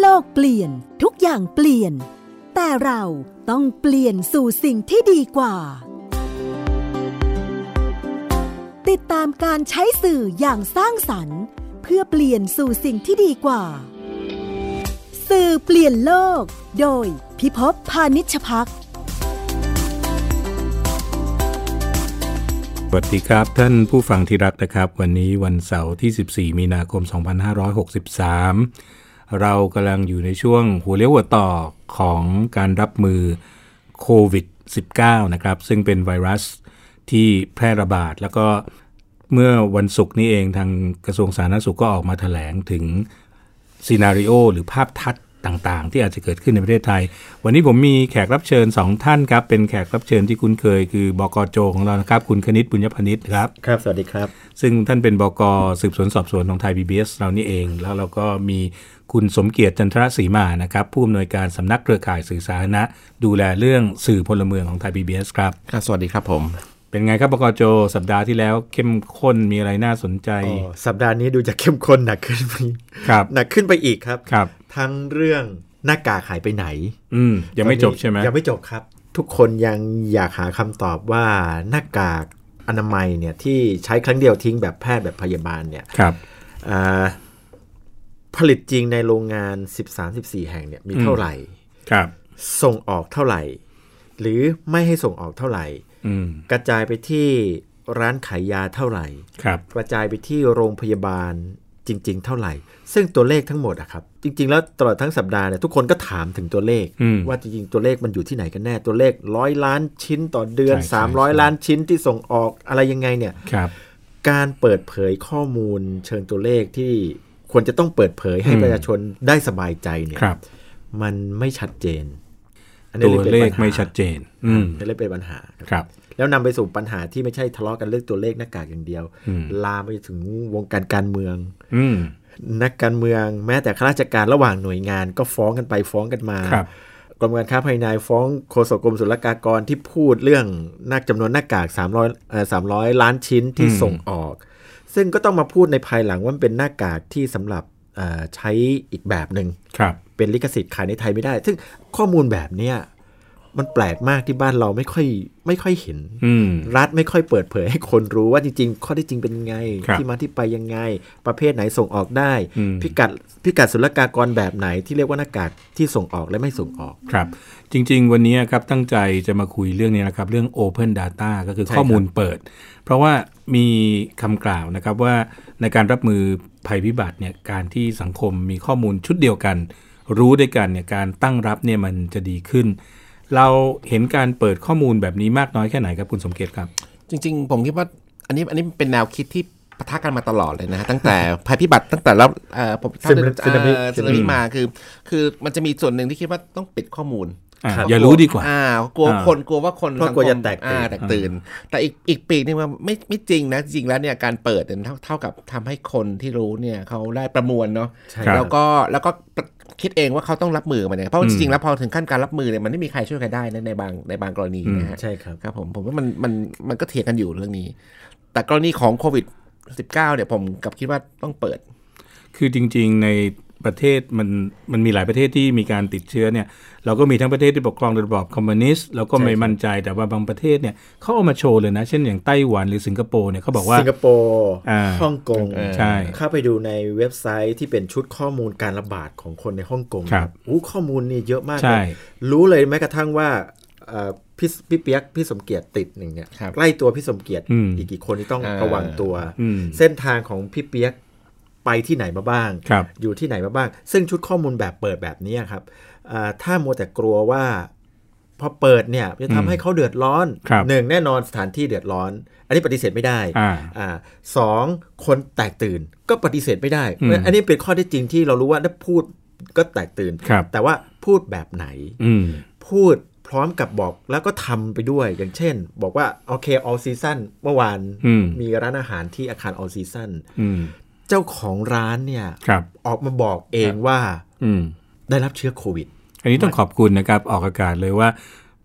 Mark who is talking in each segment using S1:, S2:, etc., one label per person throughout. S1: โลกเปลี่ยนทุกอย่างเปลี่ยน แต่เราต้องเปลี่ยนสู่สิ่งที่ดีกว่า ติดตามการใช้สื่ออย่างสร้างสรรค์ เพื่อเปลี่ยนสู่สิ่งที่ดีกว่า สื่อเปลี่ยนโลก โดยพิภพพานิชพัก
S2: สวัสดีครับ ท่านผู้ฟังที่รักนะครับ วันนี้วันเสาร์ที่ 14 มีนาคม 2563 เรากำลังอยู่ในช่วงหัวเลี้ยวหัวต่อของการรับมือโควิด -19 นะครับ ซึ่งเป็นไวรัสที่แพร่ระบาด แล้วก็เมื่อวันศุกร์นี้เองทางกระทรวงสาธารณสุขก็ออกมาถแถลงถึง ซีนารีโอหรือภาพทัศน์ต่างๆ ที่อาจจะเกิดขึ้นในประเทศไทย วันนี้ผมมีแขกรับเชิญ 2 ท่านครับ เป็นแขกรับเชิญที่คุ้นเคย คือบกโจของเรานะครับ คุณคณิตบุญยพนิษฐ์ครับ
S3: ครับ สวัสดีครับ
S2: ซึ่งท่านเป็นบกสืบสวนสอบสวนของไทย PBS เรานี่เอง แล้วเราก็มีคุณสมเกียรติจันทรศรีมานะครับ ผู้อำนวยการสำนักเครือข่ายสื่อสาธารณะ ดูแลเรื่องสื่อพลเมืองของไทย PBS ครับ
S4: ครับสวัสดีครับผม
S2: เป็นไงครับบกโจ สัปดาห์ที่แล้วเข้มข้นมีอะไรน่าสนใจ
S3: สัปดาห์นี้ดูจะเข้มข้นหนักขึ้นไป
S2: ครับ
S3: หนักขึ้นไปอีกครับ
S2: ครับ
S3: ทั้งเรื่องหน้ากากหายไปไหน
S2: อืมยังไม่จบใช่ไหม
S3: ยังไม่จบครับ ทุกคนยังอยากหาคำตอบว่าหน้ากากอนามัยเนี่ยที่ใช้ครั้งเดียวทิ้งแบบแพทย์แบบพยาบาลเนี่ย
S2: ครับ
S3: อ่าผลิตจริงในโรงงาน 13-14 แห่งเนี่ยมีเท่าไหร่
S2: ครับ
S3: ส่งออกเท่าไหร่ หรือไม่ให้ส่งออกเท่าไหร่
S2: อืม
S3: กระจายไปที่ร้านขายยาเท่าไหร่
S2: ครับ
S3: กระจายไปที่โรงพยาบาลจริง ๆ เท่าไหร่ ซึ่งตัวเลขทั้งหมดอะครับ จริง ๆ แล้วตลอดทั้งสัปดาห์เนี่ยทุกคนก็ถามถึงตัวเลข
S2: อืม
S3: ว่าจริง ๆ ตัวเลขมันอยู่ที่ไหนกันแน่ ตัวเลขร้อยล้านชิ้นต่อเดือน
S2: ใช่ใช่ใช่
S3: 300 ล้านชิ้นที่ส่งออกอะไรยังไงเนี่ย
S2: ครับ
S3: การเปิดเผยข้อมูลเชิงตัวเลขที่ควรจะต้องเปิดเผยให้
S2: อืม
S3: ประชาชนได้สบายใจเนี่ย
S2: ครับ
S3: มันไม่ชัดเจนอันนี้
S2: ตัวย
S3: ป็น
S2: เลข
S3: ปัญหา
S2: ไม่ชัดเจน อืม
S3: อันนี้เลยเป็นปัญหา
S2: ครับ
S3: แล้วนำไปสู่ปัญหาที่ไม่ใช่ทะเลาะกันเรื่องตัวเลขหน้ากากอย่างเดียว
S2: อืม
S3: ลามไปถึงวงการการเมือง
S2: อืม
S3: นักการเมืองแม้แต่ข้าราชการระหว่างหน่วยงานก็ฟ้องกันไปฟ้องกันมา
S2: ครับ
S3: กรมการค้าภายในฟ้องโฆษกกรมศุลกากรที่พูดเรื่องนักจำนวนหน้ากาก 300เอ่อ300 ล้านชิ้นที่ส่งออก ซึ่งก็ต้องมาพูดในภายหลังว่ามันเป็นหน้ากากที่สำหรับเอ่อใช้อีกแบบหนึ่ง
S2: ครับ
S3: เป็นลิขสิทธิ์ขายในไทยไม่ได้ ซึ่งข้อมูลแบบเนี้ยมันแปลกมากที่บ้านเราไม่ค่อยไม่ค่อยเห็น
S2: อืม
S3: รัฐไม่ค่อยเปิดเผยให้คนรู้ว่าจริงๆ ข้อที่จริงเป็นไง
S2: ครับ
S3: ที่มาที่ไปยังไง ประเภทไหนส่งออกได้
S2: อืม
S3: พิกัดพิกัดศุลกากรแบบไหนที่เรียกว่าหน้ากากที่ส่งออกและไม่ส่งออก
S2: ครับ จริง ๆ วันนี้ครับตั้งใจจะมาคุยเรื่องนี้นะครับ เรื่อง Open Data ก็คือ
S3: ใช่ครับ
S2: ข้อมูลเปิด เพราะว่ามีคำกล่าวนะครับว่าในการรับมือภัยพิบัติเนี่ยการที่สังคมมีข้อมูลชุดเดียวกัน รู้ด้วยกันเนี่ยการตั้งรับเนี่ยมันจะดีขึ้น เราเห็นการเปิดข้อมูลแบบนี้มากน้อยแค่ไหนครับคุณสมเกยรตครับ
S4: จริง ๆ ผมคิดว่าอันนี้อันนี้เป็นแนวคิดที่ปะทะกันมาตลอดเลยนะฮะตั้งแต่ ภัยพิบัติตั้งแต่แล้วเอ่อผม
S3: ซึนามิ
S4: เอ่อ
S3: ซึ
S4: ซึ
S3: นามิ
S4: นามิมาคือ คือมันจะมีส่วนหนึ่งที่คิดว่าต้องปิดข้อมูล
S2: อ่า
S4: ครับ
S2: อย่ารู้ดีกว่า
S4: อ่ากลัว
S2: อ่า
S4: คนกลัวว่าคน
S3: เพราะ
S4: สัง
S3: กลัว
S4: คม
S3: จะแตกตื่น
S4: อ่าแตกตื่น แต่อีกอีกปีกนึงว่าไม่ไม่จริงนะจริงแล้วเนี่ยการเปิดเนี่ยเท่าเท่ากับทำให้คนที่รู้เนี่ยเขาได้ประมวลเนาะ
S3: ใช่
S2: ครับ
S4: แล้วก็แล้วก็คิดเองว่าเขาต้องรับมือมันเนี่ยเพราะว่า
S2: อื
S4: จ
S2: ม
S4: ริงๆแล้วพอถึงขั้นการรับมือเนี่ยมันไม่มีใครช่วยใครได้นะในบางในบางกรณีนะฮะ
S3: ใช่ครับ
S4: ครับผมผมว่ามันมันมันก็เถียงกันอยู่เรื่องนี้ แต่กรณีของโควิด -19 เนี่ยผมกลับคิดว่าต้องเปิด
S2: คือจริงๆในประเทศมันมันมีหลายประเทศที่มีการติดเชื้อเนี่ยเราก็มีทั้งประเทศที่ปกครองโดยระบอบคอมมิวนิสต์เราก็ไม่มั่นใจแต่ว่าบางประเทศเนี่ยเขาเอามาโชว์เลยนะ เช่นอย่างไต้หวันหรือสิงคโปร์เนี่ยเขาบอกว่า
S3: สิงคโปร์
S2: อ่า
S3: ฮ่องกง
S2: ใช่
S3: เข้าไปดูในเว็บไซต์ที่เป็นชุดข้อมูลการระบาดของคนในฮ่องกง
S2: ครับ
S3: อู้ข้อมูลนี่เยอะมาก
S2: ใช่
S3: เลยรู้เลยแม้กระทั่งว่าเอ่อพี่พี่เปียกพี่สมเกียรติติดหนึ่งเนี่ย
S4: ครับ
S3: ใกล้ตัวพี่สมเกียรติ
S2: อืม
S3: อีกกี่คนที่ต้อง
S4: อ่า
S3: ระวังตัว
S2: อืม
S3: เส้นทางของพี่เปียกไปที่ไหนมาบ้าง
S2: ครับ
S3: อยู่ที่ไหนมาบ้าง ซึ่งชุดข้อมูลแบบเปิดแบบนี้ครับอ่าถ้ามัวแต่กลัวว่า พอเปิดเนี่ยจะทำให้เขาเดือดร้อน
S2: ครับ
S3: หนึ่งแน่นอนสถานที่เดือดร้อน อันนี้ปฏิเสธไม่ได้
S2: อ่า
S3: อาสองคนแตกตื่นก็ปฏิเสธไม่ได้
S2: อืม
S3: อันนี้เป็นข้อเท็จจริงที่เรารู้ว่าถ้าพูดก็แตกตื่น
S2: ครับ
S3: แต่ว่าพูดแบบไหน
S2: อืม
S3: พูดพร้อมกับบอกแล้วก็ทำไปด้วยอย่างเช่น บอกว่าโอเค all season เมื่อวาน
S2: อืม
S3: มีร้านอาหารที่อาคาร all season
S2: อืม
S3: เจ้าของร้านเนี่ย
S2: ครับ
S3: ออกมาบอกเองว่า
S2: อืม
S3: ได้รับเชื้อโควิด
S2: อันนี้ต้องขอบคุณนะครับ ออกอากาศเลยว่า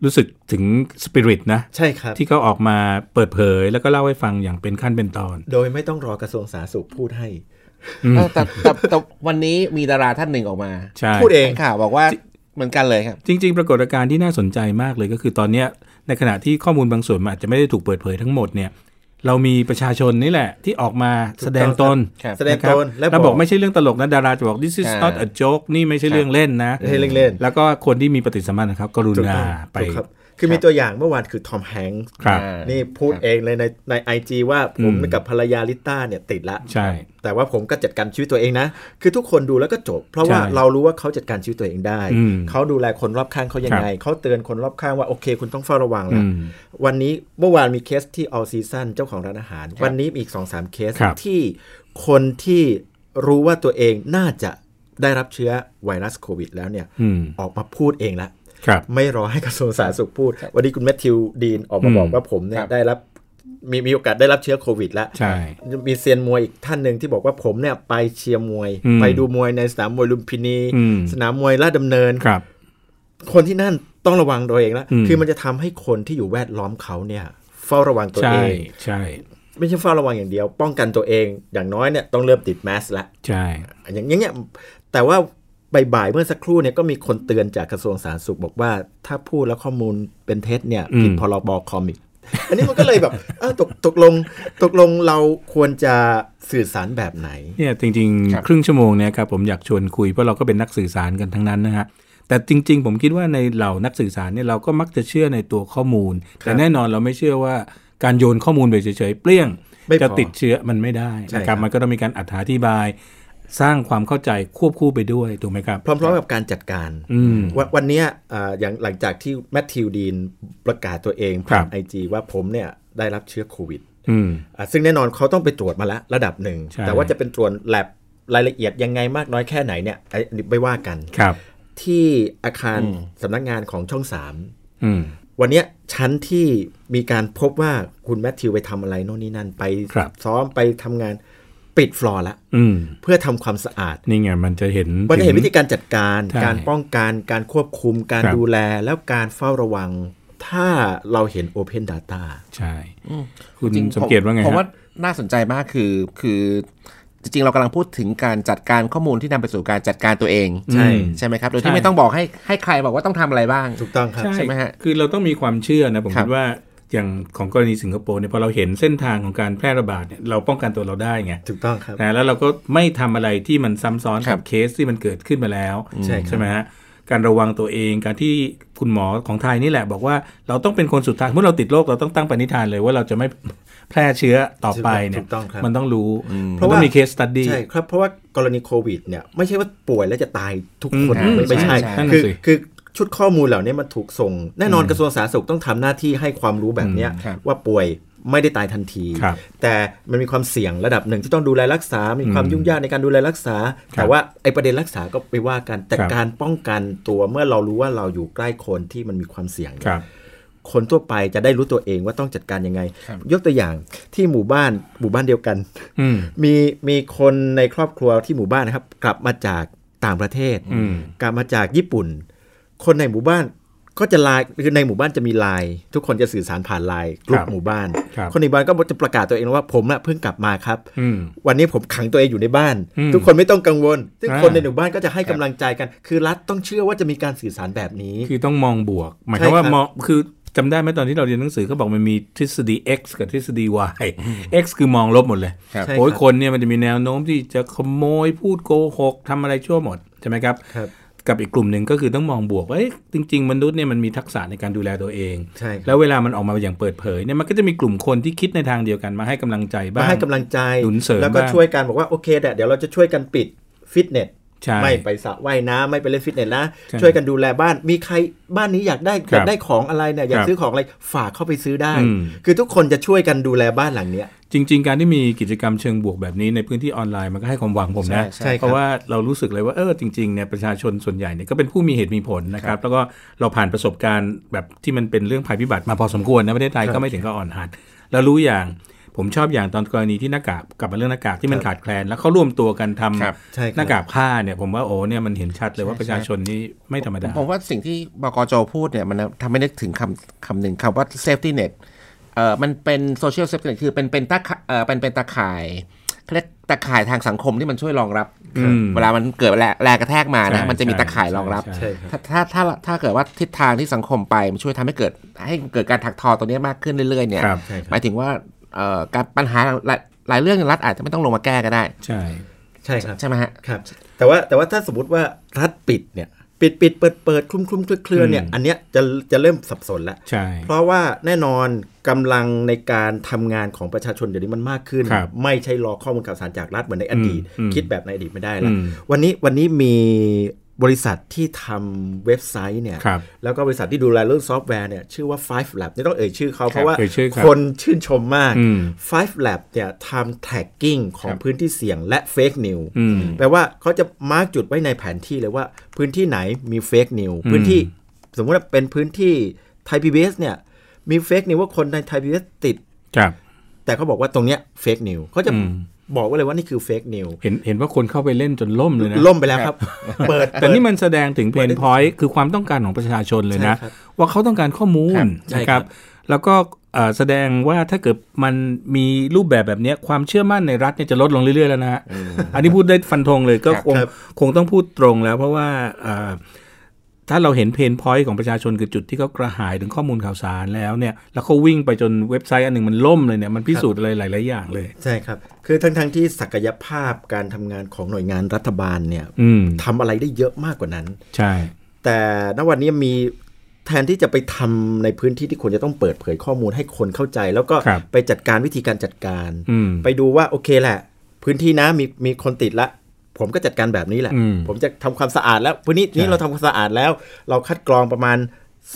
S2: รู้สึกถึงสปิริตนะ
S3: ใช่ครับ
S2: ที่เขาออกมาเปิดเผยแล้วก็เล่าให้ฟังอย่างเป็นขั้นเป็นตอน
S3: โดยไม่ต้องรอกระทรวงสาธารณสุขพูดให้
S4: เออแต่แต่แต่วันนี้มีดาราท่านหนึ่งออกมา
S2: ใช่
S3: พูดเอง
S4: ให้ข่าวบอกว่าเหมือนกันเลยครับ
S2: จริง ๆ ปรากฏการณ์ที่น่าสนใจมากเลยก็คือตอนเนี้ยในขณะที่ข้อมูลบางส่วนมันอาจจะไม่ได้ถูกเปิดเผยทั้งหมดเนี่ยเรามีประชาชนนี่แหละ ที่ออกมาแสดงตน
S4: ครับ
S3: แสดง
S2: ะครั
S3: ต
S2: บ
S3: น
S2: แล้วบอกไม่ใช่เรื่องตลกนะดาราจะบอก this is
S4: ใช่
S2: not a joke นี่ไม่ใช่เรื่องเล่นนะ
S3: ให้เล่น
S2: แล้วก็คนที่มีปฏิสัมพันธ์นะครับ กรุ
S3: ๆถูก
S2: ณา
S3: ต้อง
S2: ไป
S3: ถูกครับ คือมีตัวอย่างเมื่อวานคือทอมแฮงค์
S2: ครับ
S4: อ่า
S3: นี่พูด
S4: ครับ
S3: เองเลยในในไอจว่าผ
S2: อื
S3: ม
S2: ม
S3: กับภรรยาลิต้าเนี่ยติดละ
S2: ใช่
S3: แต่ว่าผมก็จัดการชีวิตตัวเองนะ คือทุกคนดูแล้วก็จบ เพราะว่า
S2: ใช่
S3: เรารู้ว่าเขาจัดการชีวิตตัวเองได้
S2: อืม
S3: เขาดูแลคนรอบข้างเขายังไง เขาเตือนคนรอบข้างว่าโอเค คุณต้องเฝ้าระวังนะ
S2: อืม
S3: วันนี้เมื่อวานมีเคสที่ all season เจ้าของร้านอาหาร วันนี้มีอีก2อสามเคส
S2: ครับ
S3: ที่คนที่รู้ว่าตัวเองน่าจะได้รับเชื้อไวรัสโควิดแล้วเนี่ย
S2: อืม
S3: ออกมาพูดเองละ
S2: ครับ
S3: ไม่รอให้กระทรวงสาธารณสุขพูด วันนี้คุณแมทธิวดีนออกมาบอก
S2: อืม
S3: ว่าผมเนี่
S4: ครั
S3: ย
S4: บ
S3: ได้รับมีมีโอกาสได้รับเชื้อโควิดแล้ว
S2: ใช่
S3: มีเซียนมวยอีกท่านหนึ่งที่บอกว่าผมเนี่ยไปเชียร์มวย
S2: อืม
S3: ไปดูมวยในสนามมวยลุมพินี
S2: อืม
S3: สนามมวยลาดดำเนิน
S2: ครับ
S3: คนที่นั่นต้องระวังตัวเองแล้ว
S2: อืม
S3: คือมันจะทำให้คนที่อยู่แวดล้อมเขาเนี่ยเฝ้าระวังตัวเอ
S2: ใช่
S3: ง
S2: ใช่
S3: ไม่ใช่เฝ้าระวังอย่างเดียว ป้องกันตัวเองอย่างน้อยเนี่ยต้องเริ่มติดแมสละ
S2: ใช่
S3: อย่างอย่างเงี้ยแต่ว่าบ่ายๆเมื่อสักครู่เนี่ยก็มีคนเตือนจากกระทรวงสาธารณสุขบอกว่า ถ้าพูดแล้วข้อมูลเป็นเท็จเนี่ยผิด
S2: อืม
S3: พรบคอมอีกอันนี้มันก็เลยแบบเอ้าตกตกลงตกลงเราควรจะสื่อสารแบบไหน
S2: เนี่ยจริง
S4: ครับ
S2: ๆ ครึ่งชั่วโมงเนี่ยครับผมอยากชวนคุยเพราะเราก็เป็นนักสื่อสารกันทั้งนั้นนะฮะแต่จริง ๆ ผมคิดว่าในเหล่านักสื่อสารเนี่ยเราก็มักจะเชื่อในตัวข้อมูล แต่แน่นอนเราไม่เชื่อว่าการโยนข้อมูลไปเฉยๆเปรี้ยง
S3: ไม่พอ
S2: จะติดเชื้อมันไม่ได้
S3: ใช่
S2: นะค
S3: ครั
S2: รับบ มันก็ต้องมีการอธิบาย สร้างความเข้าใจควบคู่ไปด้วยถูกไหมครับ
S3: พร้อมๆกับการจัดการ
S2: อืม
S3: วันวันเนี้ยเอ่ออย่างหลังจากที่แมทธิวดีนประกาศตัวเอง
S2: ค
S3: ผ่าน
S2: รับ
S3: ไอจีว่าผมเนี่ยได้รับเชื้อโควิด
S2: อืม
S3: อ่ะซึ่งแน่นอนเขาต้องไปตรวจมาแล้วระดับหนึ่ง
S2: ใช่
S3: แต่ว่าจะเป็นตรวจแลบรายละเอียดยังไงมากน้อยแค่ไหนเนี่ยไอ้อันนี้ไม่ว่ากัน
S2: ครับ
S3: ที่อาคารสำนักงานของช่องสาม
S2: อืม
S3: วันเนี้ยชั้นที่มีการพบว่าคุณแมทธิวไปทำอะไรโน่นนี่นั่นไป
S2: ครับ
S3: ซ้อมไปทำงานปิดฟลอร์ละ
S2: อืม
S3: เพื่อทำความสะอาด
S2: นี่ไงมันจะเห็น
S3: มันจะเห็นวิ
S2: ถึ
S3: ธี
S2: ง
S3: การจัดการ
S2: ใช่
S3: การป้องกัน การควบคุม การ
S2: ครับ
S3: ดูแล แล้วการเฝ้าระวัง ถ้าเราเห็น Open Data
S2: ใช่คุณ
S4: จริง
S2: สังเกตว่าไง
S4: ผมผม
S2: ฮะ
S4: ว่าน่าสนใจมากคือคือ จริงๆ เรากำลังพูดถึงการจัดการข้อมูลที่นำไปสู่การจัดการตัวเอง
S3: ใช่
S4: ใช่ไหมครับ โดย
S2: ใช่
S4: ที่ไม่ต้องบอกให้ให้ใครบอกว่าต้องทำอะไรบ้าง
S3: ถูกต้องครับ
S2: ใช่
S4: ใช่ไหมฮะ
S2: คือเราต้องมีความเชื่อนะผม
S4: ครั
S2: คิ
S4: บ
S2: ดว่าอย่างของกรณีสิงคโปร์เนี่ยพอเราเห็นเส้นทางของการแพร่ระบาดเนี่ยเราป้องกันตัวเราได้ไง
S3: ถูกต้องครับ
S2: นะแล้วเราก็ไม่ทำอะไรที่มันซ้ำซ้อน
S4: ครั
S2: กับบ เคสที่มันเกิดขึ้นมาแล้ว
S3: ใช่ครับ
S2: ไหมฮะการระวังตัวเองการที่คุณหมอของไทยนี่แหละบอกว่าเราต้องเป็นคนสุดท้ายเมื่อเราติดโรคเราต้องตั้งปณิธานเลยว่าเราจะไม่แพร่เชื้อต่อไปเนี่ย
S3: ถูกต้องครับ
S2: มันต้องรู้
S3: เพ
S2: มันต้
S3: ราะว่า
S2: องมีเคสตัดดี้
S3: ใช่ครับ เพราะว่ากรณีโควิดเนี่ยไม่ใช่ว่าป่วยแล้วจะตายทุกคน
S4: อืม
S3: ไม่ไม่ใช่
S4: ใช่ใช่
S3: คื
S2: นั่น
S3: อ
S2: น่ะสิ
S3: คือชุดข้อมูลเหล่านี้มันถูกส่ง แน่นอนกระทรวงสาธารณสุขต้องทำหน้าที่ให้ความรู้แบบเนี้ย
S4: ครับ
S3: ว่าป่วยไม่ได้ตายทันที
S2: ครับ
S3: แต่มันมีความเสี่ยงระดับหนึ่งที่ต้องดูแลรักษา มีความ
S2: อืม
S3: ยุ่งยากในการดูแลรักษา
S2: ครับ
S3: แต่ว่าไอประเด็นรักษาก็ไปว่ากัน แต่
S2: ครับ
S3: การป้องกันตัวเมื่อเรารู้ว่าเราอยู่ใกล้คนที่มันมีความเสี่ยงเนี่ย
S2: ครับ
S3: คนทั่วไปจะได้รู้ตัวเองว่าต้องจัดการยังไง
S4: ครับ
S3: ยกตัวอย่างที่หมู่บ้านหมู่บ้านเดียวกัน
S2: อืม
S3: มีมีคนในครอบครัวที่หมู่บ้านนะครับ กลับมาจากต่างประเทศ
S2: อืม
S3: กลับมาจากญี่ปุ่น คนในหมู่บ้านก็จะไลน์คือในหมู่บ้านจะมีไลน์ทุกคนจะสื่อสารผ่านไลน์กลุ่
S2: ค
S3: ม
S2: รับ
S3: หมู่บ้าน
S2: ครับ
S3: คนในหมู่บ้านก็จะประกาศตัวเองว่าผมอะเพิ่งกลับมาครับ
S2: อืม
S3: วันนี้ผมขังตัวเองอยู่ในบ้าน
S2: อืม
S3: ทุกคนไม่ต้องกังวลซึ่ง
S2: อ่า
S3: คนในหมู่บ้านก็จะให้กำลังใจกัน คือรัฐต้องเชื่อว่าจะมีการสื่อสารแบบนี้
S2: คือต้องมองบวก หมายความ
S3: ใช่ครับ
S2: ว่ามองคือจำได้ไหมตอนที่เราเรียนหนังสือเขาบอกมันมีทฤษฎี x กับทฤษฎี y x คือมองลบหมดเลย
S4: ครับ
S3: ใช่
S2: โอ้ย
S3: รับ
S2: คนเนี่ยมันจะมีแนวโน้มที่จะขโมยพูดโกหกทำอะไรชั่วหมด ใช่ไหมครับ
S3: ครับ
S2: กับอีกกลุ่มหนึ่งก็คือต้องมองบวกว่าเอ๊ะจริง ๆ มนุษย์เนี่ยมันมีทักษะในการดูแลตัวเอง
S3: ใช่ครับ
S2: แล้วเวลามันออกมาอย่างเปิดเผยเนี่ยมันก็จะมีกลุ่มคนที่คิดในทางเดียวกันมาให้กำลังใจบ้าง
S3: มาให้กำลังใจ
S2: หนุนเสริม
S3: แล้วก็
S2: บ้าง
S3: ช่วยกันบอกว่าโอเคแหละเดี๋ยวเราจะช่วยกันปิดฟิตเนส
S2: ใช่
S3: ไม่ไปสระว่ายน้ำไม่ไปเล่นฟิตเนสนะ
S2: ใช่
S3: ช่วยกันดูแลบ้าน มีใครบ้านนี้อยากได้
S2: ครับ
S3: อยากได้ของอะไรเนี่ยอยา
S2: ค
S3: ก
S2: รับ
S3: ซื้อของอะไรฝากเข้าไปซื้อได้
S2: อืม
S3: คือทุกคนจะช่วยกันดูแลบ้านหลังเนี้ย
S2: จริง ๆ การที่มีกิจกรรมเชิงบวกแบบนี้ในพื้นที่ออนไลน์มันก็ให้ความหวังผมนะ
S4: ใช่
S3: ค
S4: ใช่
S3: รับ
S2: เพราะว่าเรารู้สึกเลยว่าเออจริงๆเนี่ยประชาชนส่วนใหญ่เนี่ยก็เป็นผู้มีเหตุมีผลนะครับ แล้วก็เราผ่านประสบการณ์แบบที่มันเป็นเรื่องภัยพิบัติมาพอสมควรนะประเทศไทยก็ไม่ถึงกับอ่อนหัดแล้วรู้อย่างผมชอบอย่างตอนกรณีที่หน้ากากกลับมาเรื่องหน้ากากที่มันขาดแคลน แล้วเขาร่วมตัวกันทำ
S4: ครับ
S3: ใช่ครับ
S2: หน้ากากผ้าเนี่ยผมว่าโอ้เนี่ยมันเห็นชัดเลยว่าประชาชนนี่ไม่ธรรมดา
S4: ผมว่าสิ่งที่บกโจพูดเนี่ยมันทำให้นึกถึงคำคำหนึ่งคำว่า safety net เอ่อมันเป็น social safety net คือเป็นเป็นตาข่าเอ่อเป็นเป็นตาข่าย เขาเรียกตะข่ายทางสังคมที่มันช่วยรองรับ
S2: อืม
S4: เวลามันเกิดแรงแรงกระแทกมานะ
S2: ใช่
S4: มันจะมี
S2: ใช่
S4: ตะข่ายรองรับ
S2: ใช่
S3: ใช่ครับ
S4: ถ้าถ้าถ้าถ้าเกิดว่าทิศทางที่สังคมไปมันช่วยทำให้เกิดให้เกิดการถักทอตัวเนี้ยมากขึ้นเรื่อยๆเนี่ย
S2: ครับ
S3: ใช่ค
S4: ห
S3: รับ
S4: มายถึงว่าเอ่อการปัญหาหลายหลายเรื่องเนี่ยรัฐอาจจะไม่ต้องลงมาแก้ก็ได้
S2: ใช่
S3: ใช่ครับ
S4: ใช่ไหมฮะ
S3: ครับแต่ว่าแต่ว่าถ้าสมมติว่ารัฐปิดเนี่ยปิดปิดเปิดเปิดคลุมคลุมเคลือเคลือเนี่ย
S2: อืม
S3: อันเนี้ยจะจะเริ่มสับสนแล้ว
S2: ใช่
S3: เพราะว่าแน่นอนกำลังในการทำงานของประชาชนเดี๋ยวนี้มันมากขึ้น
S2: ครับ
S3: ไม่ใช่รอข้อมูลข่าวสารจากรัฐเหมือนในอดีต
S2: อืมอืม
S3: คิดแบบในอดีตไม่ได้แล้ว
S2: อืม
S3: วันนี้วันนี้มีบริษัทที่ทำเว็บไซต์เนี่ย
S2: ครับ
S3: แล้วก็บริษัทที่ดูแลเรื่องซอฟต์แวร์เนี่ยชื่อว่า Five Lab นี่ต้องเอ่ยชื่อเขาเพราะว่า
S2: เอ่ยชื่อครับ
S3: คนชื่นชมมาก
S2: อืม
S3: Five Lab เนี่ยทำ tagging ของพื้นที่เสี่ยงและ fake news
S2: อืม
S3: แปลว่าเขาจะมาร์กจุดไว้ในแผนที่เลยว่าพื้นที่ไหนมี fake news พื้นที่สมมุติว่าเป็นพื้นที่ไทยพีบีเนี่ยมี fake news ว่าคนในไทยพีบีติด
S2: ครับ
S3: แต่เขาบอกว่าตรงเนี้ย fake news เขาจะ
S2: อืม
S3: บอกไว้เลยว่านี่คือ fake news
S2: เห็นเห็นว่าคนเข้าไปเล่นจนล่มเลยนะ
S3: ล่มไปแล้วครับ เปิด
S2: แต่นี่มันแสดงถึงเพนพอยต์คือความต้องการของประชาชนเลยนะ
S3: ใช่ครับ
S2: ว่าเขาต้องการข้อมูล
S3: ครับใช่
S2: นะค
S3: ครั
S2: รับ
S3: บ
S2: แล้วก็เอ่อแสดงว่าถ้าเกิดมันมีรูปแบบแบบเนี้ยความเชื่อมั่นในรัฐเนี่ยจะลดลงเรื่อยๆแล้วนะฮะอันนี้พูดได้ฟันธงเลยก็คงคงต้องพูดตรงแล้ว เพราะว่าเอ่อถ้าเราเห็นเพนพอยต์ของประชาชนคือจุดที่เขากระหายถึงข้อมูลข่าวสารแล้วเนี่ย แล้วเขาวิ่งไปจนเว็บไซต์อันหนึ่งมันล่มเลยเนี่ยมันพิสูจน์อะไรหลายๆอย่าง เลย
S3: ใช่ครับ คือทั้งทั้งๆที่ศักยภาพการทำงานของหน่วยงานรัฐบาลเนี่ย
S2: อืม
S3: ทำอะไรได้เยอะมากกว่านั้น
S2: ใช่
S3: แต่ณวันนี้มีแทนที่จะไปทำในพื้นที่ที่ควรจะต้องเปิดเผยข้อมูลให้คนเข้าใจ แล้วก็ไปจัดการวิธีการจัดการ
S2: อืม
S3: ไปดูว่าโอเคแหละ พื้นที่นะมีมีคนติดละ ผมก็จัดการแบบนี้แหละ
S2: อืม
S3: ผมจะทำความสะอาดแล้วพื้นที่นี้
S2: ใช่
S3: เราทำความสะอาดแล้ว เราคัดกรองประมาณ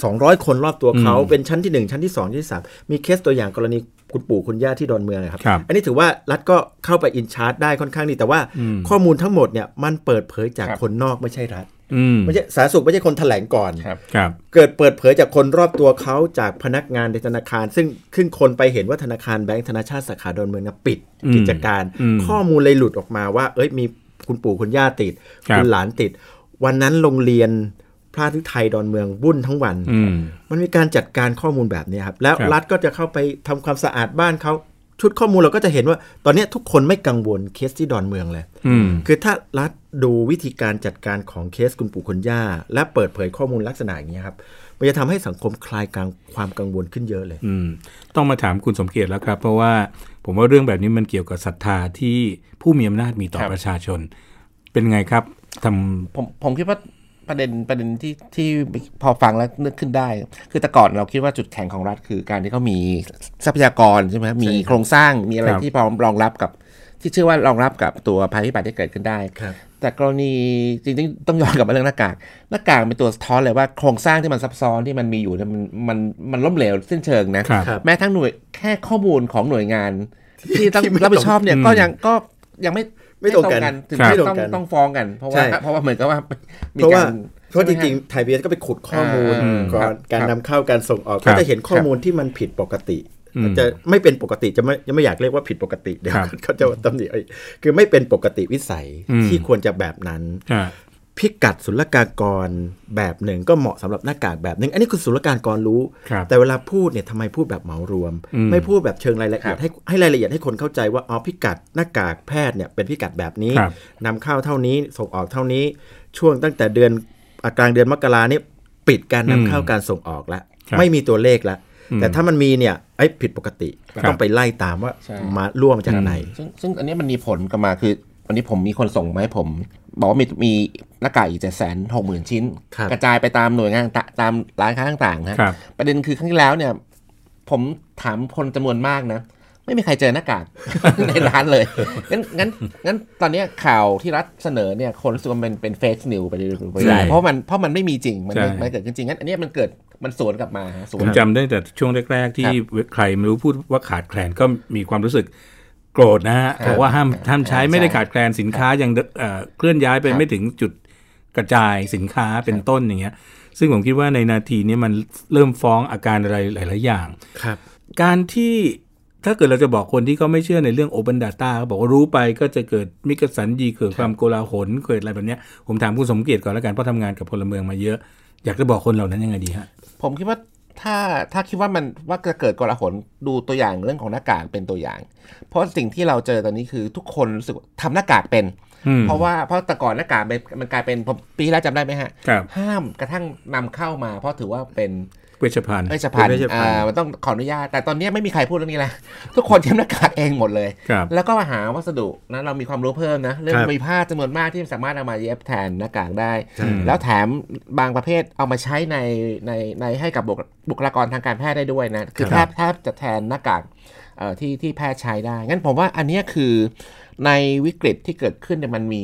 S3: 200 คนรอบตัวเขา
S2: อืม
S3: เป็นชั้นทีหนึ่งชั้นที่สองชั้นที่สามมีเคสตัวอย่างกรณีคุณปู่คุณย่าที่ดอนเมืองอะครับ
S2: ครับ
S3: อันนี้ถือว่ารัฐก็เข้าไปอินชาร์จได้ค่อนข้างดีแต่ว่า
S2: อืม
S3: ข้อมูลทั้งหมดเนี่ยมันเปิดเผยจาก
S4: ครับ
S3: คนนอกไม่ใช่รัฐ
S2: อืม
S3: ไม่ใช่สาธารณสุขไม่ใช่คนแถลงก่อน
S4: ครับ
S2: ครับ
S3: เกิดเปิดเผยจากคนรอบตัวเขาจากพนักงานในธนาคาร ซึ่งขึ้นคนไปเห็นว่าธนาคารแบงก์ธนาชาติสาขาดอนเมืองนะปิด
S2: อืม
S3: กิจการ
S2: อืม
S3: ข้อมูลเลยหลุดออกมาว่า เอ้ยมีคุณปู่คุณย่าติด
S2: ครับ
S3: คุณหลานติด วันนั้นโรงเรียนพระทึไทยดอนเมืองวุ่นทั้งวัน
S2: อืม
S3: มันมีการจัดการข้อมูลแบบนี้ครับ แล้ว
S2: ครับ
S3: รัฐก็จะเข้าไปทำความสะอาดบ้านเขาชุดข้อมูลเราก็จะเห็นว่า ตอนเนี้ยทุกคนไม่กังวลเคสที่ดอนเมืองเลย
S2: อืม
S3: คือถ้ารัฐดูวิธีการจัดการของเคสคุณปู่คุณย่า และเปิดเผยข้อมูลลักษณะอย่างนี้ยครับมันจะทำให้สังคมคลายกลางความกังวลขึ้นเยอะเลย
S2: อืมต้องมาถามคุณสมเกียรติแล้วครับ เพราะว่าผมว่าเรื่องแบบนี้มันเกี่ยวกับศรัทธาที่ผู้มีอำนาจมีต่อ
S4: ครับ
S2: ประชาชน เป็นไงครับท
S4: ผมผมคิดว่าประเด็นประเด็นที่ที่พอฟังแล้วนึกขึ้นได้ คือแต่ก่อนเราคิดว่าจุดแข็งของรัฐคือการที่เขามีทรัพยากรใช่ไหมครับมีโครงสร้างมีอะไรที่พร้อมรองรับกับ ที่เชื่อว่ารองรับกับตัวภัยพิบัติที่เกิดขึ้นได้
S3: ครับ
S4: แต่กรณีจริงๆต้องย้อนกลับมาเรื่องหน้ากากหน้ากากเป็นตัวสะท้อนเลยว่าโครงสร้างที่มันซับซ้อนที่มันมีอยู่เนี่ยมันมันมันล้มเหลวสิ้นเชิงนะ
S2: ำครับ
S3: ครับ
S4: แม้ทั้งหน่วยแค่ข้อมูลของหน่วยงานที่ต้อง
S3: ที่ไม่
S4: รับผิดชอบเนี่ย
S2: ตรง
S4: ก็ยังก็ยังไม่
S3: ไม่ตรงกัน
S4: ถึง
S2: ครับ
S4: ไม่ต
S3: ไม่ตร
S4: ร
S3: ง งกั
S4: กัน
S3: น
S4: ต้องฟ้องกัน เพราะว่า
S3: ใช่
S4: เพราะว่าเหมือนกับว่ามี
S3: เพราะ
S4: กา
S3: ว่าร เพราะจริงๆไทยเบียก็ไปขุดข้อมูล
S4: อ่า
S3: ก่อน
S4: ครับ
S3: การ
S4: ค
S3: นำ
S4: รับ
S3: เข้าการส่งออก
S2: ครั
S3: ก็
S2: บ
S3: จะเห็นข้อมูลที่มันผิดปกติ
S2: อืม
S3: จะไม่เป็นปกติจะไม่ยังไม่อยากเรียกว่าผิดปกติเดี๋ยว
S2: ครับ
S3: เขาจะตำหนิเอาอีกคือไม่เป็นปกติวิสัย
S2: อืม
S3: ที่ควรจะแบบนั้น
S2: อ่า
S3: พิกัดศุลกากรแบบหนึ่งก็เหมาะสำหรับหน้ากากแบบหนึ่งอันนี้คุณศุลกากรรู้
S2: ครับ
S3: แต่เวลาพูดเนี่ยทำไมพูดแบบเหมารวม
S2: อืม
S3: ไม่พูดแบบเชิงรายละเอียด
S4: ครับ
S3: ให้ให้รายละเอียดให้คนเข้าใจว่าอ๋อพิกัดหน้ากากแพทย์เนี่ยเป็นพิกัดแบบนี้
S2: ครับ
S3: นำเข้าเท่านี้ส่งออกเท่านี้ ช่วงตั้งแต่เดือนอ่ะกลางเดือนมกราเนี่ยปิดการนำเข้าการส่งออกละ
S2: ครับ
S3: ไม่มีตัวเลขละ
S2: อืม
S3: แต่ถ้ามันมีเนี่ยไอ้ยผิดปกติ
S2: ครับ
S3: ต้องไปไล่ตามว่า
S4: ใช่
S3: มาร่วมจากไหน
S4: ซึ่งซึ่งอันเนี้ยมันมีผลกลับมาคือ วันนี้ผมมีคนส่งมาให้ผม บอกว่ามีมีหน้ากากอีกเจ็ดแสนหกหมื่นชิ้น
S3: ครับ
S4: กระจายไปตามหน่วยงานตะตามร้านค้าต่างๆนะครับ ประเด็นคือครั้งที่แล้วเนี่ย ผมถามคนจำนวนมากนะ ไม่มีใครเจอหน้ากาก ในร้านเลยงั้นงั้นงั้นตอนเนี้ยข่าวที่รัฐเสนอเนี่ยคนรู้สึกว่ามันเป็นเฟกนิวไปเรื่
S2: ใช่
S4: อยๆเพราะมันเพราะมันไม่มีจริง มัน
S2: ใช่
S4: ไม่มันเกิดขึ้นจริงงั้นอันเนี้ยมันเกิดมันสวนกลับมาฮะสว
S2: ผ
S4: น
S2: มจำได้แต่ช่วงแรก ๆ ที่ใครไม่รู้พูดว่าขาดแคลนก็มีความรู้สึกโกรธนะฮะ
S4: ค
S2: บ
S4: รับ
S2: อกว่าห้ามห้ามใช้
S4: ใช่
S2: ไม่ได้ขาดแคลนสินค้ายังเอ่อเคลื่อนย้ายไป
S4: ครับ
S2: ไม่ถึงจุดกระจายสินค้าเป็นต้นอย่างเงี้ย ซึ่งผมคิดว่าในนาทีนี้มันเริ่มฟ้องอาการอะไรหลาย ๆ อย่าง
S3: ครับ
S2: การที่ถ้าเกิดเราจะบอกคนที่เขาไม่เชื่อในเรื่อง Open Data เขาบอกว่ารู้ไปก็จะเกิดมิกสันยีเกิดความโกลาหลเกิดอะไรแบบเนี้ยผมถามคุณสมเกียรติก่อนแล้วกันเพราะทำงานกับพลเมืองมาเยอะ อยากจะบอกคนเหล่านั้นยังไงดีฮะ
S4: ผมคิดว่า ถ้าถ้าคิดว่ามันว่าจะเกิดกลาหนดูตัวอย่างเรื่องของหน้ากากเป็นตัวอย่าง เพราะสิ่งที่เราเจอตอนนี้คือทุกคนรู้สึกทำหน้ากากเป็น
S2: อืม
S4: เพราะว่าเพราะแต่ก่อนหน้ากากเป็นมันกลายเป็นผมปีที่แล้วจำได้ไหมฮะ
S2: ครับ
S4: ห้ามกระทั่งนำเข้ามา เพราะถือว่าเป็น
S2: เวชภัณฑ์
S4: เวชภัณฑ์
S3: เป็นเวชภัณฑ์
S4: อ่ามันต้องขออนุญาต แต่ตอนนี้ไม่มีใครพูดเรื่องนี้แล้ว ทุกคนทำหน้ากากเองหมดเลย
S2: ครับ
S4: แล้วก็หาวัสดุนะเรามีความรู้เพิ่มนะ เรื่อง
S3: ครับ
S4: มีผ้าจำนวนมากที่สามารถเอามาเย็บแทนหน้ากากได้
S3: ใช่
S4: แล้วแถมบางประเภทเอามาใช้ในในในให้กับบุคบุคลากรทางการแพทย์ได้ด้วยนะ คือแท
S2: ครับ บ
S4: แทบจะแทนหน้ากากเอ่อที่ที่แพทย์ใช้ได้ งั้นผมว่าอันเนี้ยคือในวิกฤตที่เกิดขึ้นเนี่ยมันมี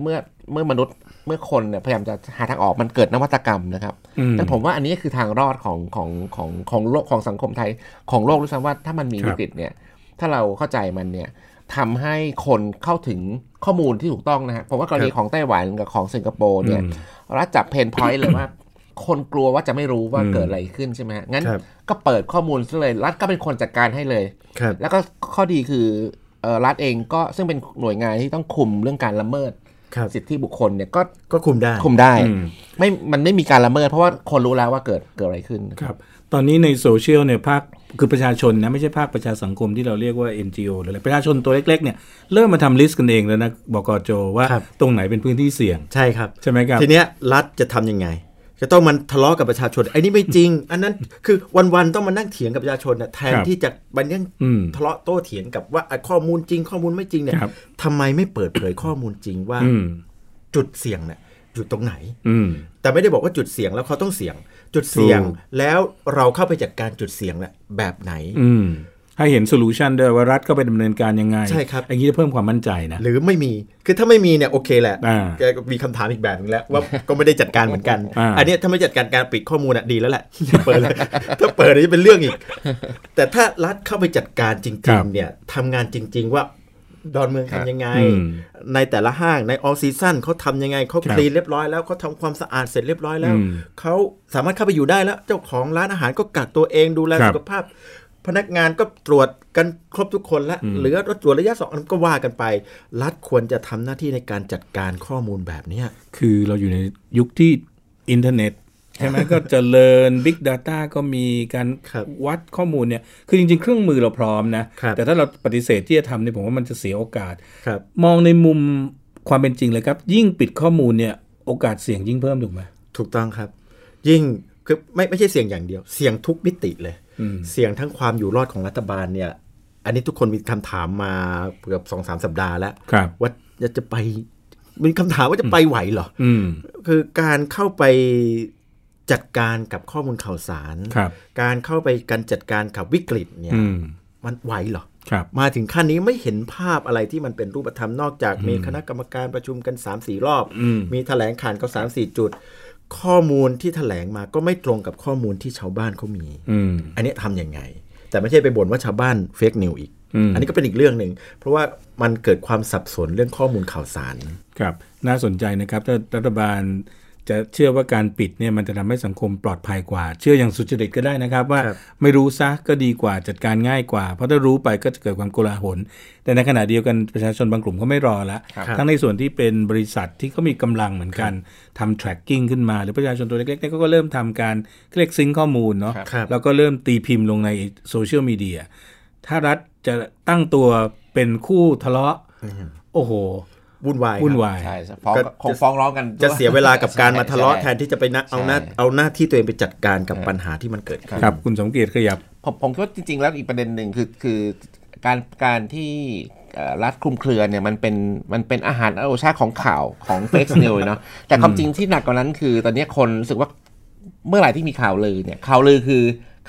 S4: เมื่อเมื่อมนุษย์เมื่อคนเนี่ยพยายามจะหาทางออกมันเกิดนวัตกรรมนะครับ
S2: อืม
S4: นั่นผมว่าอันนี้คือทางรอดของของของของโลกของสังคมไทยของโลกด้วยซ้ำว่าถ้ามันมี
S2: ครับ
S4: วิกฤตเนี่ยถ้าเราเข้าใจมันเนี่ยทำให้คนเข้าถึงข้อมูลที่ถูกต้องนะฮะผมว่ากรณีของไต้หวันกับของสิงคโปร์เนี่ยรัฐจับเพนพอยต์เลยว่า คนกลัวว่าจะไม่รู้ว่าเกิดอะไรขึ้นใช่ไหมฮะงั้น
S3: ครับ
S4: ก็เปิดข้อมูลซะเลยรัฐก็เป็นคนจัดการให้เลย
S3: ครับ
S4: แล้วก็ข้อดีคือเอ่อรัฐเองก็ซึ่งเป็นหน่วยงานที่ต้องคุมเรื่องการละเมิด
S3: ครับ
S4: สิทธิบุคคลเนี่ยก็
S3: ก็คุมได้
S4: คุมได้
S2: อืม
S4: ไม่มันไม่มีการละเมิดเพราะว่าคนรู้แล้วว่าเกิดเกิดอะไรขึ้น
S2: ครับตอนนี้ในโซเชียลเนี่ยภาคคือประชาชนนะไม่ใช่ภาคประชาสังคมที่เราเรียกว่า NGO หรืออะไรประชาชนตัวเล็กๆเนี่ยเริ่มมาทำลิสต์กันเองแล้วนะบกโจว่า
S3: ครับ
S2: ตรงไหนเป็นพื้นที่เสี่ยง
S3: ใช่ครับ
S2: ใช่ไหมครับ
S3: ทีเนี้ยรัฐจะทำยังไง จะต้องมันทะเลาะกับประชาชนไอ้นี่ไม่จริง อันนั้นคือวันๆต้องมานั่งเถียงกับประชาชนนะแทน
S2: ครับ
S3: ที่จะบันยัง
S2: อืม
S3: ทะเลาะโต้เถียงกับว่าอ่ะข้อมูลจริง ข้อมูลไม่จริงเนี่ย
S2: ครับ
S3: ทำไมไม่เปิดเผยข้อมูลจริงว่า
S2: อืม
S3: จุดเสี่ยงเนี่ยอยู่ตรงไหน
S2: อืม
S3: แต่ไม่ได้บอกว่าจุดเสี่ยงแล้วเขาต้องเสี่ยง จุดเสี่ยง
S2: ถูก
S3: แล้วเราเข้าไปจัดการจุดเสี่ยงน่ะแบบไหน
S2: อืมให้เห็นโซลูชันด้วยว่ารัฐก็ไปดำเนินการยังไง
S3: ใช่ครับ
S2: อย่างนี้จะเพิ่มความมั่นใจนะ
S3: หรือไม่มี คือถ้าไม่มีเนี่ยโอเคแหละ
S2: อ่า
S3: แกก็มีคำถามอีกแบบหนึงแล้วว่า ก็ไม่ได้จัดการเหมือนกัน
S2: อ่า
S3: อันเนี้ยถ้าไม่จัดการการปิดข้อมูลอ่ะดีแล้วแหละ อย่าเปิดเลย ถ้าเปิดนี่เป็นเรื่องอีก แต่ถ้ารัฐเข้าไปจัดการ
S2: ค
S3: จ
S2: รั
S3: ริง
S2: บ
S3: ๆเนี่ยทำงานจริง ๆ ว่าดอนเมือง
S4: ครับ
S3: ทำยังไง
S2: อืม
S3: ในแต่ละห้างในออ s ซีซั่นเขาทำยังไงเขา
S2: ครับ
S3: คลีนเรียบร้อยแล้วเขาทำความสะอาดเสร็จเรียบร้อยแล้ว
S2: อืม
S3: เขาสามารถเข้าไปอยู่ได้แล้ว เจ้าของร้านอาหารก็กักตัวเองดูแล
S2: ครับ
S3: สุขภาพ พนักงานก็ตรวจกันครบทุกคนแล้วเหลือตรวจระยะสองอันก็ว่ากันไป รัฐควรจะทำหน้าที่ในการจัดการข้อมูลแบบเนี้ย
S2: คือเราอยู่ในยุคที่อินเทอร์เน็ตใช่ไหม ก็เจริญ Big Data ก็มีการ
S3: ครับ
S2: วัดข้อมูลเนี่ย คือจริง ๆ เครื่องมือเราพร้อมนะ
S3: ครับ
S2: แต่ถ้าเราปฏิเสธที่จะทำเนี่ยผมว่ามันจะเสียโอกาส
S3: ครับ
S2: มองในมุมความเป็นจริงเลยครับ ยิ่งปิดข้อมูลเนี่ยโอกาสเสี่ยงยิ่งเพิ่มถูกไหม
S3: ถูกต้องครับ ยิ่งคือไม่ไม่ใช่เสี่ยงอย่างเดียว เสี่ยงทุกมิติเลย
S2: อืม
S3: เสี่ยงทั้งความอยู่รอดของรัฐบาลเนี่ย อันนี้ทุกคนมีคำถามมาเกือบสองสามสัปดาห์แล้ว
S2: ครับ
S3: ว่าจะไปมีคำถามว่าจะไปไหวเหรอ
S2: อืม
S3: คือการเข้าไปจัดการกับข้อมูลข่าวสาร
S2: ครับ
S3: การเข้าไปการจัดการกับวิกฤตเนี่ย
S2: อืม
S3: มันไหวเหรอ
S2: ครับ
S3: มาถึงขั้นนี้ไม่เห็นภาพอะไรที่มันเป็นรูปธรรมนอกจากมีคณะกรรมการประชุมกัน 3 4 รอบ
S2: อืม
S3: มีแถลงข่าวก็3 4 จุด ข้อมูลที่แถลงมาก็ไม่ตรงกับข้อมูลที่ชาวบ้านเขามี
S2: อืม
S3: อันนี้ทำยังไง แต่ไม่ใช่ไปบ่นว่าชาวบ้านเฟกนิวอีก
S2: อืม
S3: อันนี้ก็เป็นอีกเรื่องหนึ่ง เพราะว่ามันเกิดความสับสนเรื่องข้อมูลข่าวสาร
S2: ครับ น่าสนใจนะครับ ถ้ารัฐบาลจะเชื่อว่าการปิดเนี่ยมันจะทำให้สังคมปลอดภัยกว่า เชื่ออย่างสุจริตก็ได้นะครับ ว่า
S3: ครับ
S2: ไม่รู้ซะก็ดีกว่าจัดการง่ายกว่า เพราะถ้ารู้ไปก็จะเกิดความโกลาหล แต่ในขณะเดียวกันประชาชนบางกลุ่มก็ไม่รอละ
S3: ครับ
S2: ทั้งในส่วนที่เป็นบริษัทที่เขามีกำลังเหมือนกันทำ tracking ขึ้นมา หรือประชาชนตัวเล็กๆเนี่ยเขาก็เริ่มทำการเรียกซิงข้อมูลเนาะ
S4: ครับ
S2: แล้วก็เริ่มตีพิมพ์ลงในโซเชียลมีเดีย ถ้ารัฐจะตั้งตัวเป็นคู่ทะเลาะ โอ้โห
S3: วุ่นวาย
S2: วุ่น
S3: ครับ
S2: วาย
S4: ใช่ฟ้อง
S3: ก็
S4: คงฟ้องร้องกัน
S3: จะเสียเวลากับการมา
S4: ใช่
S3: ทะเลาะ
S4: ใช่
S3: แทนที่จะไปนะเอาหน้า
S4: ใช่
S3: เอาหน้าที่ตัวเองไปจัดการกับปัญหาที่มันเกิดขึ้น
S2: ครับ คุณสมเกียรติขยับ
S4: ผมผมคิดว่าจริง ๆ แล้วอีกประเด็นหนึ่งคือคือการการที่เอ่อรัฐคลุมเครือเนี่ยมันเป็นมันเป็นอาหารโอชาของข่าวของเฟกซ์นิวเนาะแต่ความจริงที่หนักกว่านั้นคือ ตอนเนี้ยคนรู้สึกว่าเมื่อไหร่ที่มีข่าวลือเนี่ยข่าวลือคือ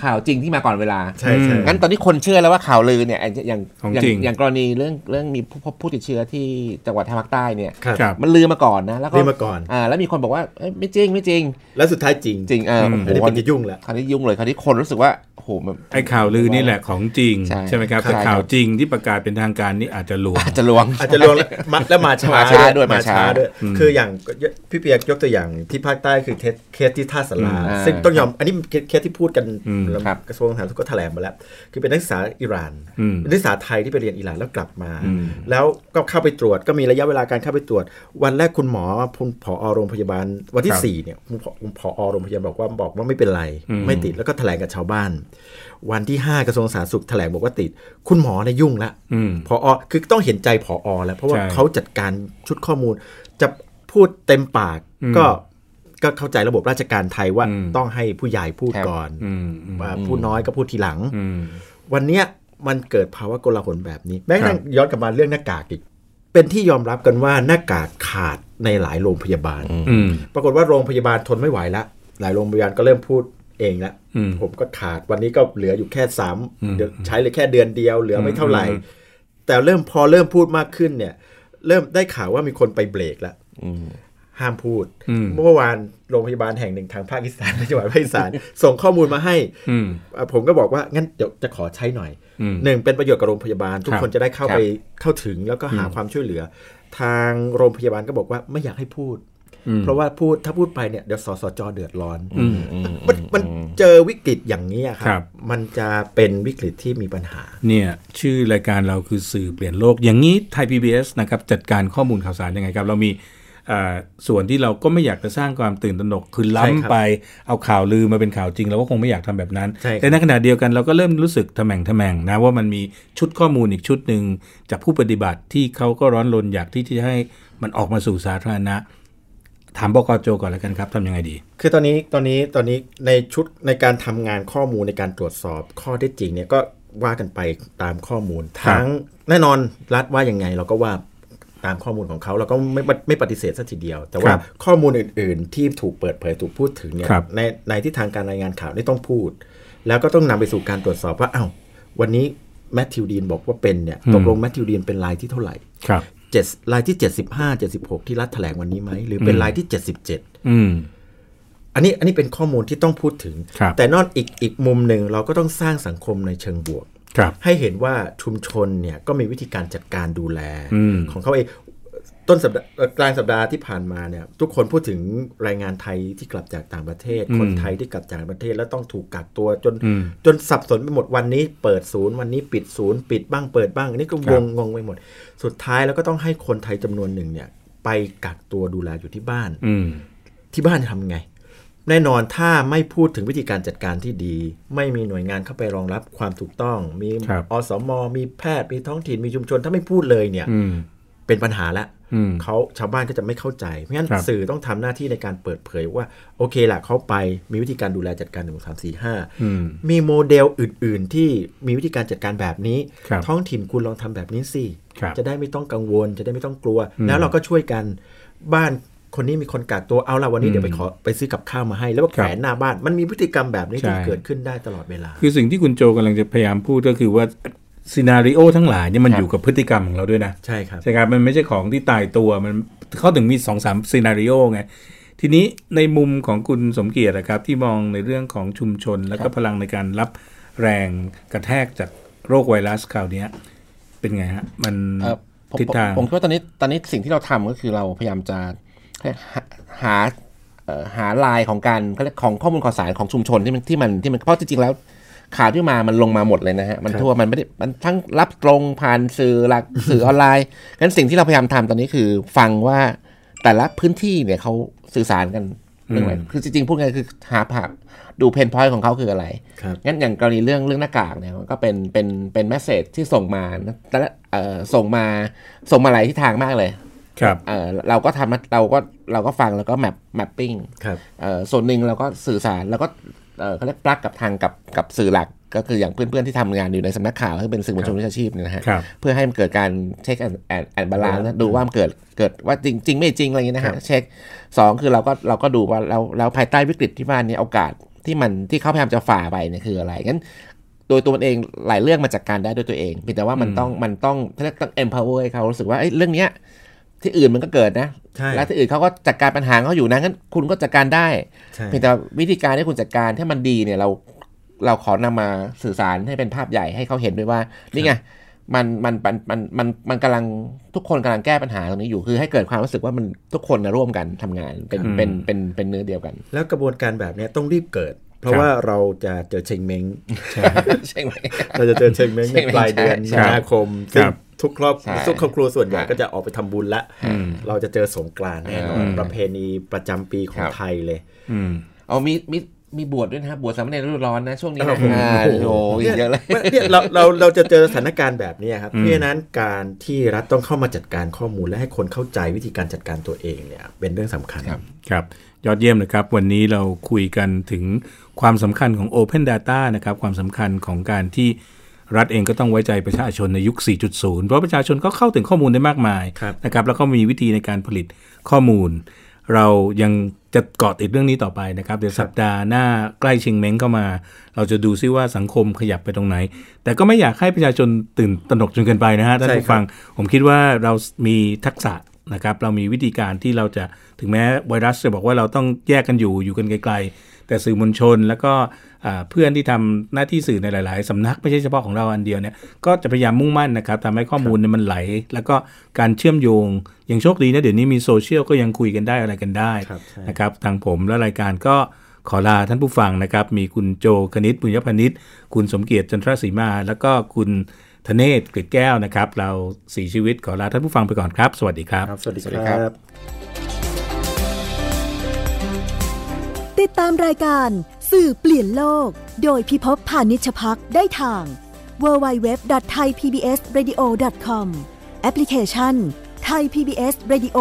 S4: ข่าวจริงที่มาก่อนเวลา
S3: ใช่ใช่
S4: งั้นตอนนี้คนเชื่อแล้วว่าข่าวลือเนี่ยอย่าง
S2: ของ
S4: อย่าง
S2: จริง
S4: อย่างกรณีเรื่องเรื่องมีผู้พบผู้ติดเชื้อที่จังหวัดทางภาคใต้เนี่ย
S3: ครับ
S2: ครับ
S4: มันลือมาก่อนนะแล้วก็
S3: ลือมาก่อน
S4: อ่าแล้วมีคนบอกว่าเอ้ยไม่จริงไม่จริง
S3: แล้วสุดท้ายจริง
S4: จริงเอออ
S2: ม
S3: อั
S4: โอ้
S3: นนี้
S4: โห
S3: เป็นจะยุ่งแล้ว
S4: คราวนี้ยุ่งเลยคราวนี้คนรู้สึกว่าโอ้โหมัน
S2: ไอ้ข่าวลือนี่แหละของจริง
S4: ใช่
S2: ไหมครับ
S4: ครับ
S2: แต่ข่าวจริงที่ประกาศเป็นทางการนี่อาจจะลวง
S4: อาจจะลวง
S3: อาจจะลวงแล้วมาแล้วมาช้า
S4: มาช้าด้วย
S3: มาช้า
S4: มาช้า
S3: ด้วย คืออย่างพี่เปียกยกตัวอย่างที่ภาคใต้คือเคสที่ท่าสารา
S4: อืม
S3: ซึ่งต้องยอมอันนี้เป็นเคสที่พูดกัน
S2: อืม
S3: แล้ว
S4: ครับ
S3: กระทรวงสาธารณสุขก็แถลงมาแล้ว คือเป็นนักศึกษาอิหร่าน
S2: อืม
S3: เป็นนักศึกษาไทยที่ไปเรียนอิหร่านแล้วกลับมา
S2: อืม
S3: แล้วก็เข้าไปตรวจก็มีระยะเวลาการเข้าไปตรวจ วันแรกคุณหมอคุณผอโรงพยาบาลวั
S2: ค
S3: นที่
S2: รับ
S3: สี่เนี่ยคุณผอคุณผอโรงพยาบาลบอกว่าบอกว่าไม่เป็นไร ไม่ติดแล้วก็แถลงกับชาวบ้าน วันที่ห้ากระทรวงสาธารณสุขแถลงบอกว่าติด คุณหมอเนี่ยยุ่งละ
S2: อืม
S3: ผอคือต้องเห็นใจผอแล้วเพราะว่า
S2: ใช่
S3: เขาจัดการชุดข้อมูล จะพูดเต็มปาก
S2: อืม
S3: ก็ก็เข้าใจระบบราชการไทยว่า
S2: อืม
S3: ต้องให้ผู้ใหญ่พูด
S4: ครับ
S3: ก่อน
S2: อืมอืม
S3: ว่าผู้น้อยก็พูดทีหลัง
S2: อืม
S3: วันเนี้ยมันเกิดภาวะโกลาหลแบบนี้ แม้กระทั่
S2: ค
S3: ง
S2: รับ
S3: ย้อนกลับมาเรื่องหน้ากากอีก เป็นที่ยอมรับกันว่าหน้ากากขาดในหลายโรงพยาบาล
S2: อืม
S3: ปรากฏว่าโรงพยาบาลทนไม่ไหวละหลายโรงพยาบาลก็เริ่มพูดเองละ
S2: อืม
S3: ผมก็ขาดวันนี้ก็เหลืออยู่แค่สาม
S2: อืม
S3: เดี๋ยวใช้เลยแค่เดือนเดียว เหลือไม่เท่าไหร่
S2: อืม
S3: แต่เริ่มพอเริ่มพูดมากขึ้นเนี่ย เริ่มได้ข่าวว่ามีคนไปเบรกละ
S4: อืม
S3: ห้ามพูด
S2: อืม
S3: เมื่อวานโรงพยาบาลแห่งหนึ่งทางภาคอีสาน ในจังหวัดภาคอีสาน ส่งข้อมูลมาให้
S2: อืม
S3: อ่ะผมก็บอกว่างั้นเดี๋ยวจะขอใช้หน่อย
S2: อืม
S3: หนึ่งเป็นประโยชน์กับโรงพยาบาล ทุก
S2: ครับ
S3: คนจะได้เข้า
S4: ครับ
S3: ไปเข้าถึงแล้วก็หาความช่วยเหลือ ทางโรงพยาบาลก็บอกว่าไม่อยากให้พูด เพราะว่าพูดถ้าพูดไปเนี่ยเดี๋ยวสสจเดือดร้อน
S2: อืม
S3: มันมันเจอวิกฤตอย่างนี้อะค
S2: ครั
S3: รับ บ มันจะเป็นวิกฤตที่มีปัญหา
S2: เนี่ยชื่อรายการเราคือสื่อเปลี่ยนโลก อย่างนี้ไทย PBS นะครับจัดการข้อมูลข่าวสารยังไงครับ เรามีเอ่อส่วนที่เราก็ไม่อยากจะสร้างความตื่นตระหนกคือล้ำ
S3: ใช่ครับ
S2: ไปเอาข่าวลือมาเป็นข่าวจริงเราก็คงไม่อยากทำแบบนั้น
S3: ใช่ครับ
S2: แต่ในขณะเดียวกันเราก็เริ่มรู้สึกทะแหม่งทะแหม่งนะว่ามันมีชุดข้อมูลอีกชุดหนึ่งจากผู้ปฏิบัติที่เขาก็ร้อนรนอยากที่จะให้มันออกมาสู่สาธารณะ ถามบกโจก่อนแล้วกันครับทำยังไงดี
S3: คือตอนนี้ตอนนี้ตอนนี้ในชุดในการทำงานข้อมูลในการตรวจสอบข้อเท็จจริงเนี่ยก็ว่ากันไปตามข้อมูล
S2: ครับ
S3: ทั้งแน่นอนรัฐว่ายังไงเราก็ว่าตามข้อมูลของเขาเราก็ไม่ไม่ไม่ปฏิเสธสักทีเดียว แต่
S2: ค
S3: ว่า
S2: รับ
S3: ข้อมูลอื่น ๆ ที่ถูกเปิดเผยถูกพูดถึงเนี่ย
S2: ครับ
S3: ในในทิศทางการรายงานข่าวนี่ต้องพูด แล้วก็ต้องนำไปสู่การตรวจสอบว่าอ้าววันนี้แมทธิวดีนบอกว่าเป็นเนี่ย
S2: อืม
S3: ตกลงแมทธิวดีนเป็นรายที่เท่าไหร่
S2: ครับ
S3: เจ็ดรายที่ 75 76 ที่รัฐแถลงวันนี้ไหมหรือเป็นรายที่ 77
S2: อืม
S3: อันนี้อันนี้เป็นข้อมูลที่ต้องพูดถึง
S2: ครับ
S3: แต่นอกอีกอีกมุมหนึ่งเราก็ต้องสร้างสังคมในเชิงบวก
S2: ครับ
S3: ให้เห็นว่าชุมชนเนี่ยก็มีวิธีการจัดการดูแล
S2: อืม
S3: ของเขาเองต้นสัปดาห์เอ่อกลางสัปดาห์ที่ผ่านมาเนี่ยทุกคนพูดถึงแรงงานไทยที่กลับจากต่างประเทศ
S2: อืม
S3: คนไทยที่กลับจากประเทศแล้วต้องถูกกักตัวจน
S2: อืม
S3: จนสับสนไปหมดวันนี้เปิดศูนย์วันนี้ปิดศูนย์ปิดบ้างเปิดบ้างอันนี้ก็
S2: ครั
S3: ว
S2: บ
S3: งงงไปหมด สุดท้ายแล้วก็ต้องให้คนไทยจำนวนหนึ่งเนี่ยไปกักตัวดูแลอยู่ที่บ้าน
S2: อืม
S3: ที่บ้านจะทำไง แน่นอนถ้าไม่พูดถึงวิธีการจัดการที่ดี ไม่มีหน่วยงานเข้าไปรองรับความถูกต้อง มี
S2: ครับ
S3: อสม มีแพทย์มีท้องถิ่นมีชุมชน ถ้าไม่พูดเลยเนี่ย
S2: อืม
S3: เป็นปัญหาละ
S2: อืม
S3: เขาชาวบ้านก็จะไม่เข้าใจเพราะงั้น
S2: ครับ
S3: สื่อต้องทำหน้าที่ในการเปิดเผยว่า โอเคละเขาไปมีวิธีการดูแลจัดการหนึ่งสามสี่ห้า
S2: อืม
S3: มีโมเดลอื่น ๆ ที่มีวิธีการจัดการแบบนี้
S2: ครับ
S3: ท้องถิ่นคุณลองทำแบบนี้สิ
S2: ครับ
S3: จะได้ไม่ต้องกังวล จะได้ไม่ต้องกลัว แล้วเราก็ช่วยกัน บ้านคนนี้มีคนกักตัว เอาละวันนี้เดี๋ยวไปขอไปซื้อกับข้าวมาให้ แล้วก็แขวนหน้าบ้าน มันมีพฤติกรรมแบบนี้
S2: ใช่
S3: ที่เกิดขึ้นได้ตลอดเวลา
S2: คือสิ่งที่คุณโจกำลังจะพยายามพูดก็คือว่าซีนารีโอทั้งหลายเนี่ยมัน
S4: ครับ
S2: อยู่กับพฤติกรรมของเราด้วยนะ
S3: ใช่ครับ
S2: ใช่ครับมันไม่ใช่ของที่ตายตัวมันเขาถึงมีสองสามซีนารีโอไง ทีนี้ในมุมของคุณสมเกียรตินะครับ ที่มองในเรื่องของชุมชน แล้วก็พลังในการรับแรงกระแทกจากโรคไวรัสคราวเนี้ยเป็นไงฮะ มัน
S4: เอ่อผม
S2: ทิศทาง
S4: ผมคิดว่าตอนนี้ตอนนี้สิ่งที่เราทำก็คือเราพยายามจะหาหาเอ่อหาลายของการเขาเรียกของข้อมูลข่าวสารของชุมชนที่มันที่มันที่มันเพราะจริงๆแล้วข่าวที่มามันลงมาหมดเลยนะฮะมั
S3: ค
S4: น
S3: รับ
S4: ทั่วมันไม่ได้มันทั้งรับตรงผ่านสื่อหลัก สื่อออนไลน์งั้นสิ่งที่เราพยายามทำตอนนี้คือฟังว่าแต่ละพื้นที่เนี่ยเขาสื่อสารกันเรื่องอะไรคือจริงๆพูดง่ายๆคือหาผักดูเพนพอยต์ของเขาคืออะไร
S3: ครับ
S4: งั้นอย่างกรณีเรื่องเรื่องหน้ากากเนี่ยมันก็เป็นเป็นเป็นแมสเซจที่ส่งมานะแต่ละเอ่อส่งมาส่งมาหลายทิศทางมากเลย
S2: ครับ
S4: เออเราก็ทำเราก็เราก็ฟังแล้วก็แมปแมปปิ้ง
S3: ครับ
S4: เออส่วนหนึ่งเราก็สื่อสารแล้วก็เออเขาเรียกปลักกับทางกับกับสื่อหลัก ก็คืออย่างเพื่อนๆที่ทำงานอยู่ในสำนักข่าวที่เป็นสื่อมวลชนวิชาชีพเนี่ยนะฮะ
S2: ครับ
S4: เพื่อให้มันเกิดการเช็คแอนแอนแอนบาลานดูว่ามันเกิดเกิดว่าจริงจริงไม่จริงอะไรอย่างเงี้ยนะฮะเช็คสองคือเราก็เราก็ดูว่าแล้วแล้วภายใต้วิกฤตที่ว่านี้โอกาสที่มันที่เขาพยายามจะฝ่าไปเนี่ยคืออะไรงั้น โดยตัวมันเองหลายเรื่องมาจากการได้ด้วยตัวเองเพียงแต่ว่ามันต้องมันต้องต้อง empower ให้เขารู้สึกว่าเอ้ยเรื่องเนี้ยที่อื่นมันก็เกิดนะ
S3: ใช่
S4: แล้วที่อื่นเขาก็จัดการปัญหาเขาอยู่นะงั้นคุณก็จัดการได้
S3: ใช่
S4: เพียงแต่วิธีการที่คุณจัดการถ้ามันดีเนี่ยเราเราขอนำมาสื่อสารให้เป็นภาพใหญ่ให้เขาเห็นด้วยว่านี่ไงมันมันมันมันมันมันกำลังทุกคนกำลังแก้ปัญหาตรงนี้อยู่คือให้เกิดความรู้สึกว่ามันทุกคนนะร่วมกันทำงานเป็นเป็นเป็นเป็นเนื้อเดียวกัน
S3: แล้วกระบวนการแบบเนี้ยต้องรีบเกิด เพราะว่าเราจะเจอเชงเม้ง
S4: ใช่ไหม
S3: เราจะเจอเชงเม้งในปลายเดือน
S4: ใช่
S3: มีนาคมซึ่งทุกครอบ
S4: ใช่
S3: ทุกครอบครัวส่วนใหญ่
S4: ใช่
S3: ก็จะออกไปทำบุญละ เราจะเจอสงกรานต์แน่นอน
S2: อืม
S3: ประเพณีประจำปีขอ
S4: ค
S3: ง
S4: รับ
S3: ไทยเลย
S2: อืม
S4: เอามีมีมีบวชด้วยนะครับบวชสามเณรฤดูร้อนนะช่วงนี้
S3: โอ้
S4: นะ
S3: โห
S4: อ่าโอ้โหอีกเยอะเลย
S3: เนี่ยเราเราเราจะเจอสถานการณ์แบบเนี้ยครับ
S2: อืม
S3: เพราะฉะนั้นการที่รัฐต้องเข้ามาจัดการข้อมูลและให้คนเข้าใจวิธีการจัดการตัวเองเนี่ยเป็นเรื่องสำคัญ
S4: ครับ
S2: ครับยอดเยี่ยมนะครับ วันนี้เราคุยกันถึงความสำคัญของ Open Data นะครับ ความสำคัญของการที่รัฐเองก็ต้องไว้ใจประชาชนในยุค 4.0 เพราะประชาชนก็เข้าถึงข้อมูลได้มากมาย
S3: ครับ
S2: นะครับ แล้วก็มีวิธีในการผลิตข้อมูล เรายังจะเกาะติดเรื่องนี้ต่อไปนะครับ เดี๋ยวสัปดาห์หน้าใกล้ชิงเม้งเข้ามา เราจะดูซิว่าสังคมขยับไปตรงไหน แต่ก็ไม่อยากให้ประชาชนตื่นตระหนกจนเกินไปนะฮะท่านผู้ฟัง ผมคิดว่าเรามีทักษะนะครับ เรามีวิธีการที่เราจะถึงแม้ไวรัสจะบอกว่าเราต้องแยกกันอยู่อยู่กันไกลๆ แต่สื่อมวลชนแล้วก็อ่าเพื่อนที่ทำหน้าที่สื่อในหลาย ๆสำนักไม่ใช่เฉพาะของเราอันเดียวเนี่ยก็จะพยายามมุ่งมั่นนะครับทำให้ข้อมูลเนี่ยมันไหล แล้วก็การเชื่อมโยงอย่างโชคดีนะเดี๋ยวนี้มีโซเชียลก็ยังคุยกันได้อะไรกันได้
S3: ครับใช่
S2: นะครับทางผมและรายการก็ขอลาท่านผู้ฟังนะครับ มีคุณโจคณิตบุญยพนิษฐ์คุณสมเกียรติจันทรศรีมา แล้วก็คุณธเนศกฤษแก้วนะครับ เราสีชีวิตขอลาท่านผู้ฟังไปก่อนครับ สวัสดีครับ
S3: ครับ สวัสดี
S4: สวัสดี
S3: ค
S4: ครั
S3: รับ บ
S1: ติดตามรายการสื่อเปลี่ยนโลก โดยพิภพพานิชพักได้ทาง www.thaipbsradio.com แอปพลิเคชัน Thai PBS Radio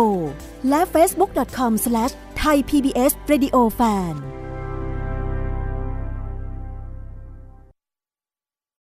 S1: และ facebook.com/thaipbsradiofan